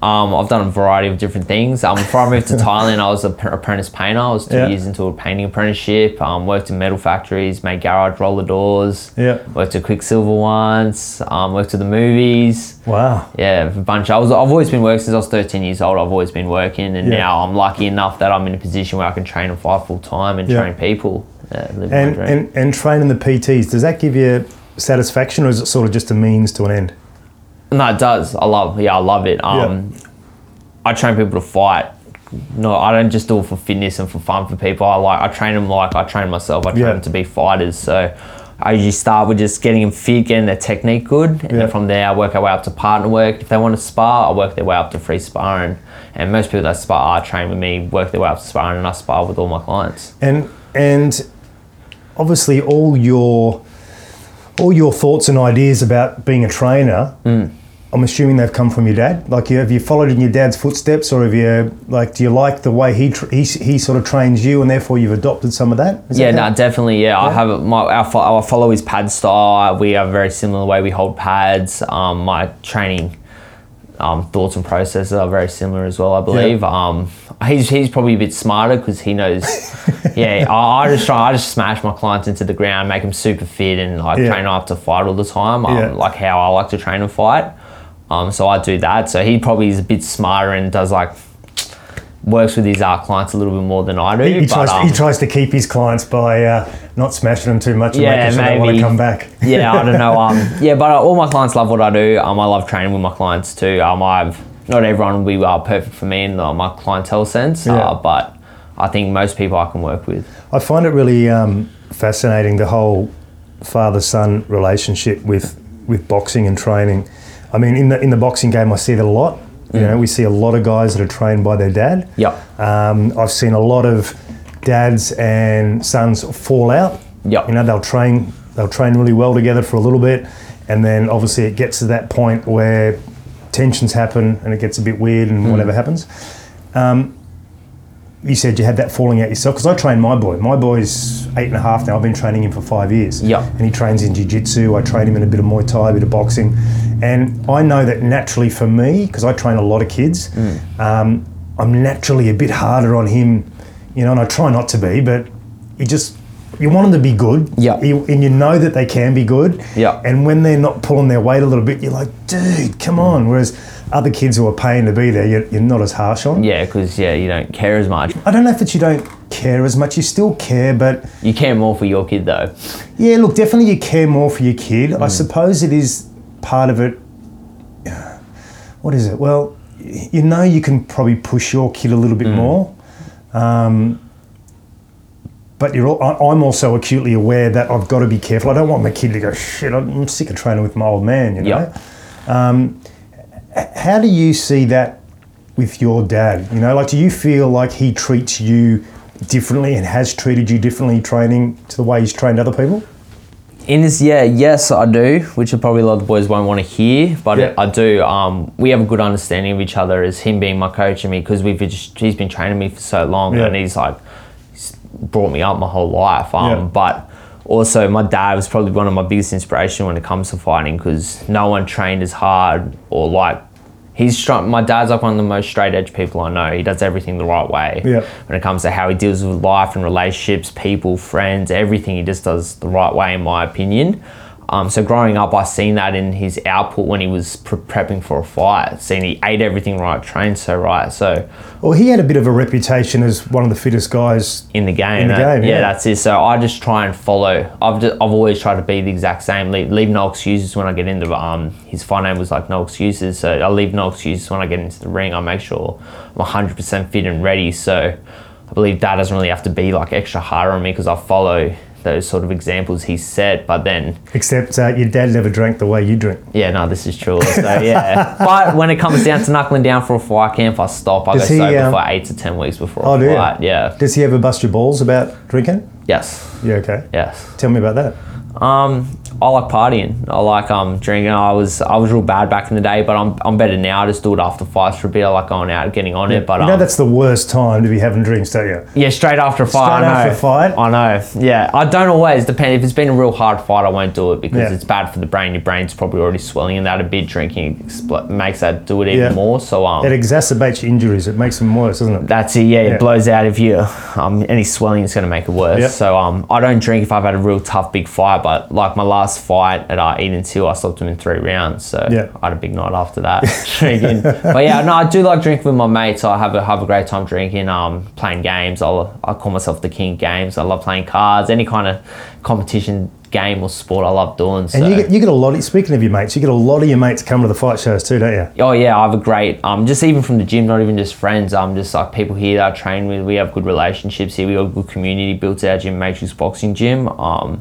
Um, I've done a variety of different things. Um, before I moved to Thailand, I was an apprentice painter. I was two Yeah. years into a painting apprenticeship. Um, worked in metal factories, made garage roller doors. Yeah. Worked at Quicksilver once. Um, worked at the movies. Wow. Yeah, a bunch. I was. I've always been working since I was 13 years old. I've always been working, and Yeah. now I'm lucky enough that I'm in a position where I can train and fight full time and Yeah. train people. Yeah, live my And, dream. and and training the PTs, does that give you satisfaction or is it sort of just a means to an end? No, it does. I love. Yeah, I love it. Um, I train people to fight. No, I don't just do it for fitness and for fun for people. I like. I train them like I train myself. I train Yeah. them to be fighters. So. I usually start with just getting them fit, getting their technique good, and Yeah. then from there I work our way up to partner work. If they want to spar, I work their way up to free sparring. And most people that spar, I train with me, work their way up to sparring, and I spar with all my clients. And and obviously all your all your thoughts and ideas about being a trainer, Mm. I'm assuming they've come from your dad. Like, you, have you followed in your dad's footsteps, or have you like, do you like the way he tr- he, he sort of trains you, and therefore you've adopted some of that? Is yeah, that no, how- definitely. Yeah, I have my our, fo- I follow his pad style. We have a very similar way we hold pads. Um, my training um, thoughts and processes are very similar as well. I believe. Um, he's he's probably a bit smarter because he knows. yeah, I, I just try. I just smash my clients into the ground, make them super fit, and like Yeah. train them up to fight all the time. Um, Yeah. like how I like to train and fight. Um, so I do that. So he probably is a bit smarter and does like. Works with his uh, clients a little bit more than I do. He, he tries, um, he tries to keep his clients by uh, not smashing them too much and Yeah, making sure they want to maybe. come back. yeah, I don't know. Um, yeah, but uh, all my clients love what I do. Um, I love training with my clients too. Um, I've not everyone will be uh, perfect for me in uh, my clientele sense, Yeah. uh, but I think most people I can work with. I find it really um, fascinating the whole father-son relationship with with boxing and training. I mean, in the in the boxing game, I see it a lot. You Mm. know, we see a lot of guys that are trained by their dad. Yep. Um, I've seen a lot of dads and sons fall out. Yep. You know, they'll train they'll train really well together for a little bit, and then obviously it gets to that point where tensions happen and it gets a bit weird and whatever happens. Um, You said you had that falling out yourself because I train my boy. My boy's eight and a half now. I've been training him for five years. Yeah. And he trains in jiu-jitsu. I train him in a bit of Muay Thai, a bit of boxing. And I know that naturally for me, because I train a lot of kids, um, I'm naturally a bit harder on him, you know, and I try not to be, but you just, you want them to be good. Yeah. You- and you know that they can be good. Yeah. And when they're not pulling their weight a little bit, you're like, dude, come Mm. on. Whereas other kids who are paying to be there, you're, you're not as harsh on. Yeah, because yeah, you don't care as much. I don't know if it's you don't care as much. You still care, but You care more for your kid though. yeah, look, definitely you care more for your kid. I suppose it is part of it. uh, What is it? Well, y- you know, you can probably push your kid a little bit more. Um, but you're all, I, I'm also acutely aware that I've got to be careful. I don't want my kid to go, shit, I'm sick of training with my old man, you know? Yeah. How do you see that with your dad? You know, like, do you feel like he treats you differently and has treated you differently training to the way he's trained other people? In this, yeah, yes, I do, which are probably a lot of the boys won't want to hear, but Yeah. I do. Um, we have a good understanding of each other as him being my coach and me because we've just, he's been training me for so long Yeah. and he's like he's brought me up my whole life. Um, Yeah. but also my dad was probably one of my biggest inspiration when it comes to fighting because no one trained as hard or like he's strong. My dad's like one of the most straight edge people I know. He does everything the right way Yeah. when it comes to how he deals with life and relationships, people, friends, everything. He just does the right way, in my opinion. Um, so growing up, I seen that in his output when he was pre- prepping for a fight. Seeing he ate everything right, trained so right. So Well, he had a bit of a reputation as one of the fittest guys. in the game. In the uh, game, yeah. that's it. So I just try and follow. I've, just, I've always tried to be the exact same. Leave, leave no excuses when I get into um his fight name was like no excuses. So I leave no excuses when I get into the ring. I make sure I'm 100 percent fit and ready. So I believe that doesn't really have to be like extra harder on me because I follow those sort of examples he set. But then Except uh, your dad never drank the way you drink. yeah, no, this is true. So yeah, but when it comes down to knuckling down for a fight camp, I stop. I Does go he, sober um, for eight to ten weeks before Oh, a do you? fight. Yeah. Does he ever bust your balls about drinking? Yes. Yeah, okay. Yes. Tell me about that. Um, I like partying. I like um drinking. I was I was real bad back in the day, but I'm I'm better now. I just do it after fights for a bit. I like going out, and getting on it. But you know um, that's the worst time to be having drinks, don't you? yeah, straight after a fight. Straight I know. after a fight? I know. Yeah, I don't always depend. If it's been a real hard fight, I won't do it because Yeah. it's bad for the brain. Your brain's probably already swelling, and that a bit drinking expl- makes that do it even Yeah. more. So um, It exacerbates your injuries. It makes them worse, doesn't it? That's it. Yeah, Yeah. it blows out of you. Um, any swelling is going to make it worse. Yep. So um, I don't drink if I've had a real tough big fight. But like my last fight at uh, Eden Hill, I stopped him in three rounds. So Yeah. I had a big night after that drinking. But yeah, no, I do like drinking with my mates. I have a have a great time drinking. Um, playing games. I I call myself the king of games. I love playing cards. Any kind of competition game or sport, I love doing. so. And you get you get a lot. Of, speaking of your mates, you get a lot of your mates come to the fight shows too, don't you? Oh yeah, I have a great um just even from the gym, not even just friends, um just like people here that I train with. We have good relationships here, we have a good community built at our gym, Matrix Boxing Gym. Um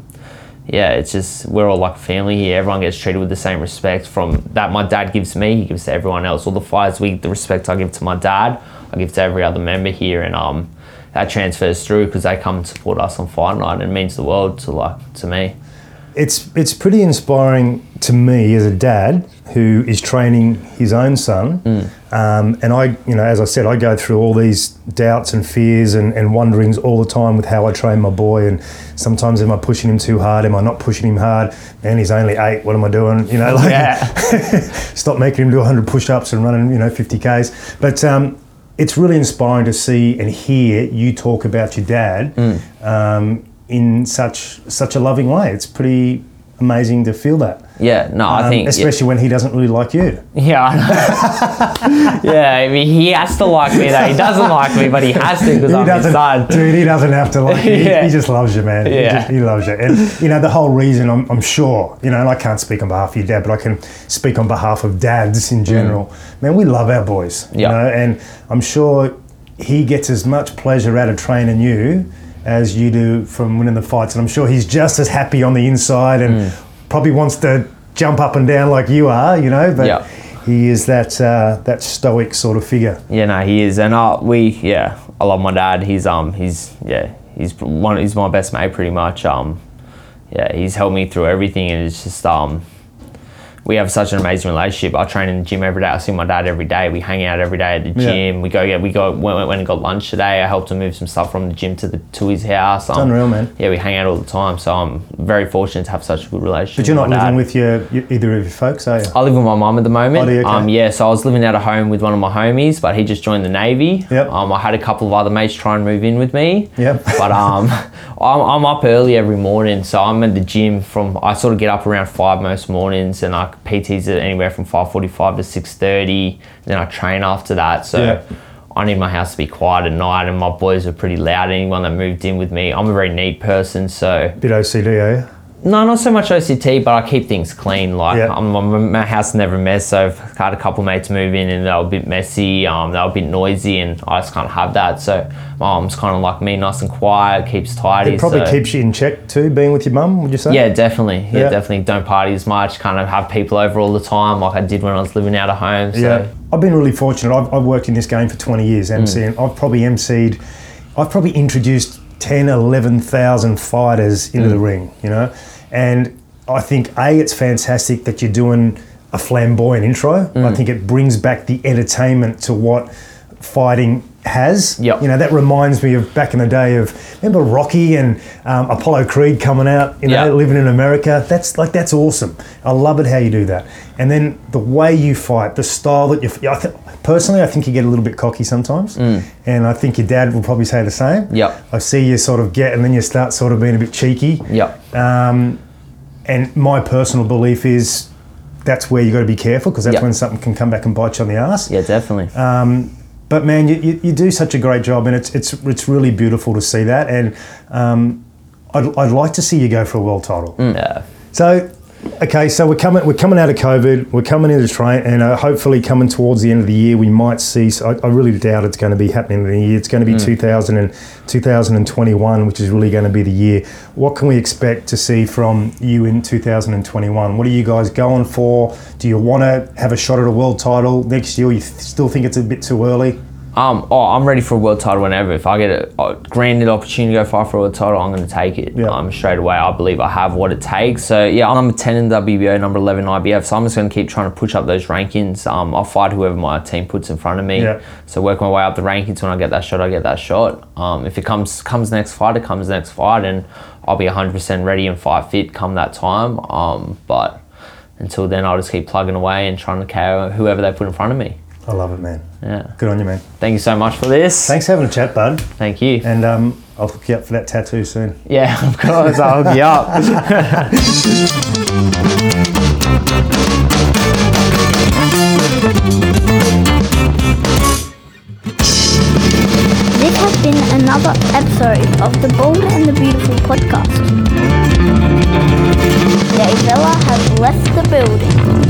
yeah, it's just we're all like family here. Everyone gets treated with the same respect from that my dad gives me, he gives to everyone else. All the fights we the respect I give to my dad, I give to every other member here and um that transfers through because they come and support us on fight night and it means the world to like to me. It's it's pretty inspiring to me as a dad who is training his own son, um, and I you know as I said I go through all these doubts and fears and, and wonderings all the time with how I train my boy, and sometimes am I pushing him too hard? Am I not pushing him hard? And he's only eight. What am I doing? You know, like stop making him do 100 push-ups and running you know 50 ks but um, it's really inspiring to see and hear you talk about your dad Mm. um, in such such a loving way it's pretty amazing to feel that Yeah, no, I Um, think yeah. especially when he doesn't really like you Yeah, I know. yeah. I mean, he has to like me though. He doesn't like me, but he has to because he I'm his son. doesn't, dude he doesn't have to like you He- Yeah. he just loves you man he, Yeah. just, he loves you and you know the whole reason I'm, I'm sure you know and I can't speak on behalf of your dad but I can speak on behalf of dads in general man we love our boys you Mm. Yeah. know and I'm sure he gets as much pleasure out of training you as you do from winning the fights and I'm sure he's just as happy on the inside and Mm. probably wants to jump up and down like you are you know but Yeah. he is that uh, that stoic sort of figure Yeah, no, he is, and uh, we, yeah, I love my dad. He's um, he's yeah, he's one, he's my best mate pretty much. Um, yeah, he's helped me through everything, and it's just um, we have such an amazing relationship. I train in the gym every day. I see my dad every day. We hang out every day at the Yeah. gym. We go get we go went, went, went and got lunch today. I helped him move some stuff from the gym to the to his house. Um, unreal, man. Yeah, we hang out all the time. So I'm very fortunate to have such a good relationship. but you're not my dad. living with your, your either of your folks are you I live with my mum at the moment. Oh, do you? Okay. Um, yeah, so I was living out of home with one of my homies, but he just joined the Navy. Yep. Um, I had a couple of other mates try and move in with me. Yep. But um, I'm, I'm up early every morning, so I'm at the gym from. I sort of get up around five most mornings, and like PTs are anywhere from five forty-five to six thirty. Then I train after that, so. Yeah. I need my house to be quiet at night, and my boys are pretty loud. Anyone that moved in with me, I'm a very neat person, so bit OCD are you no, not so much OCT, but I keep things clean. Like Yeah. I'm, I'm- my house never mess. So I've had a couple mates move in and they were a bit messy. Um, they were a bit noisy, and I just can't have that. So my mum's kind of like me, nice and quiet, keeps tidy. It probably so- keeps you in check too, being with your mum, would you say? Yeah, definitely. Yeah, Yeah. definitely. Don't party as much. Kind of have people over all the time, like I did when I was living out of home. So. Mm. Yeah. I've been really fortunate. I've, I've worked in this game for 20 years, MCing. I've probably MC'd, I've probably introduced 10, 11,000 fighters into Mm. the ring, you know? And I think, A, it's fantastic that you're doing a flamboyant intro. Mm. I think it brings back the entertainment to what fighting has. Yep. You know, that reminds me of back in the day of, remember Rocky and um, Apollo Creed coming out, you know, Yeah. living in America. That's like that's awesome. I love it how you do that. And then the way you fight, the style that you. f- I th- personally, I think you get a little bit cocky sometimes, Mm. and I think your dad will probably say the same. Yep. I see you sort of get, and then you start sort of being a bit cheeky. Yep. Um, and my personal belief is that's where you got to be careful because that's Yep. when something can come back and bite you on the ass. Yeah, definitely. Um, But man, you, you, you do such a great job, and it's it's it's really beautiful to see that. And um, I'd, I'd like to see you go for a world title. yeah. So, okay, so we're coming we're coming out of COVID. We're coming into train, and uh, hopefully coming towards the end of the year, we might see. I, I really doubt it's going to be happening in the year. It's going to be 2000 and 2021, which is really going to be the year. What can we expect to see from you in 2021? What are you guys going for? Do you want to have a shot at a world title next year? You th- still think it's a bit too early? Um, oh, I'm ready for a world title whenever. If I get a, a granted opportunity to go fight for a world title, I'm going to take it. Yeah. Um, straight away, I believe I have what it takes. So yeah, I'm number ten in WBO, number eleven IBF. So I'm just going to keep trying to push up those rankings. Um, I'll fight whoever my team puts in front of me. Yeah. So work my way up the rankings. When I get that shot, I get that shot. Um, if it comes comes next fight, it comes next fight, and I'll be 100% ready and fight fit come that time. Um, but until then, I'll just keep plugging away and trying to KO whoever they put in front of me. I love it, man. Yeah. Good on you, man. Thank you so much for this. Thanks for having a chat, bud. Thank you. And um, I'll hook you up for that tattoo soon. Yeah, of course. I'll hook you up. This has been another episode of the Bold and the Beautiful podcast. Dave Vella has left the building.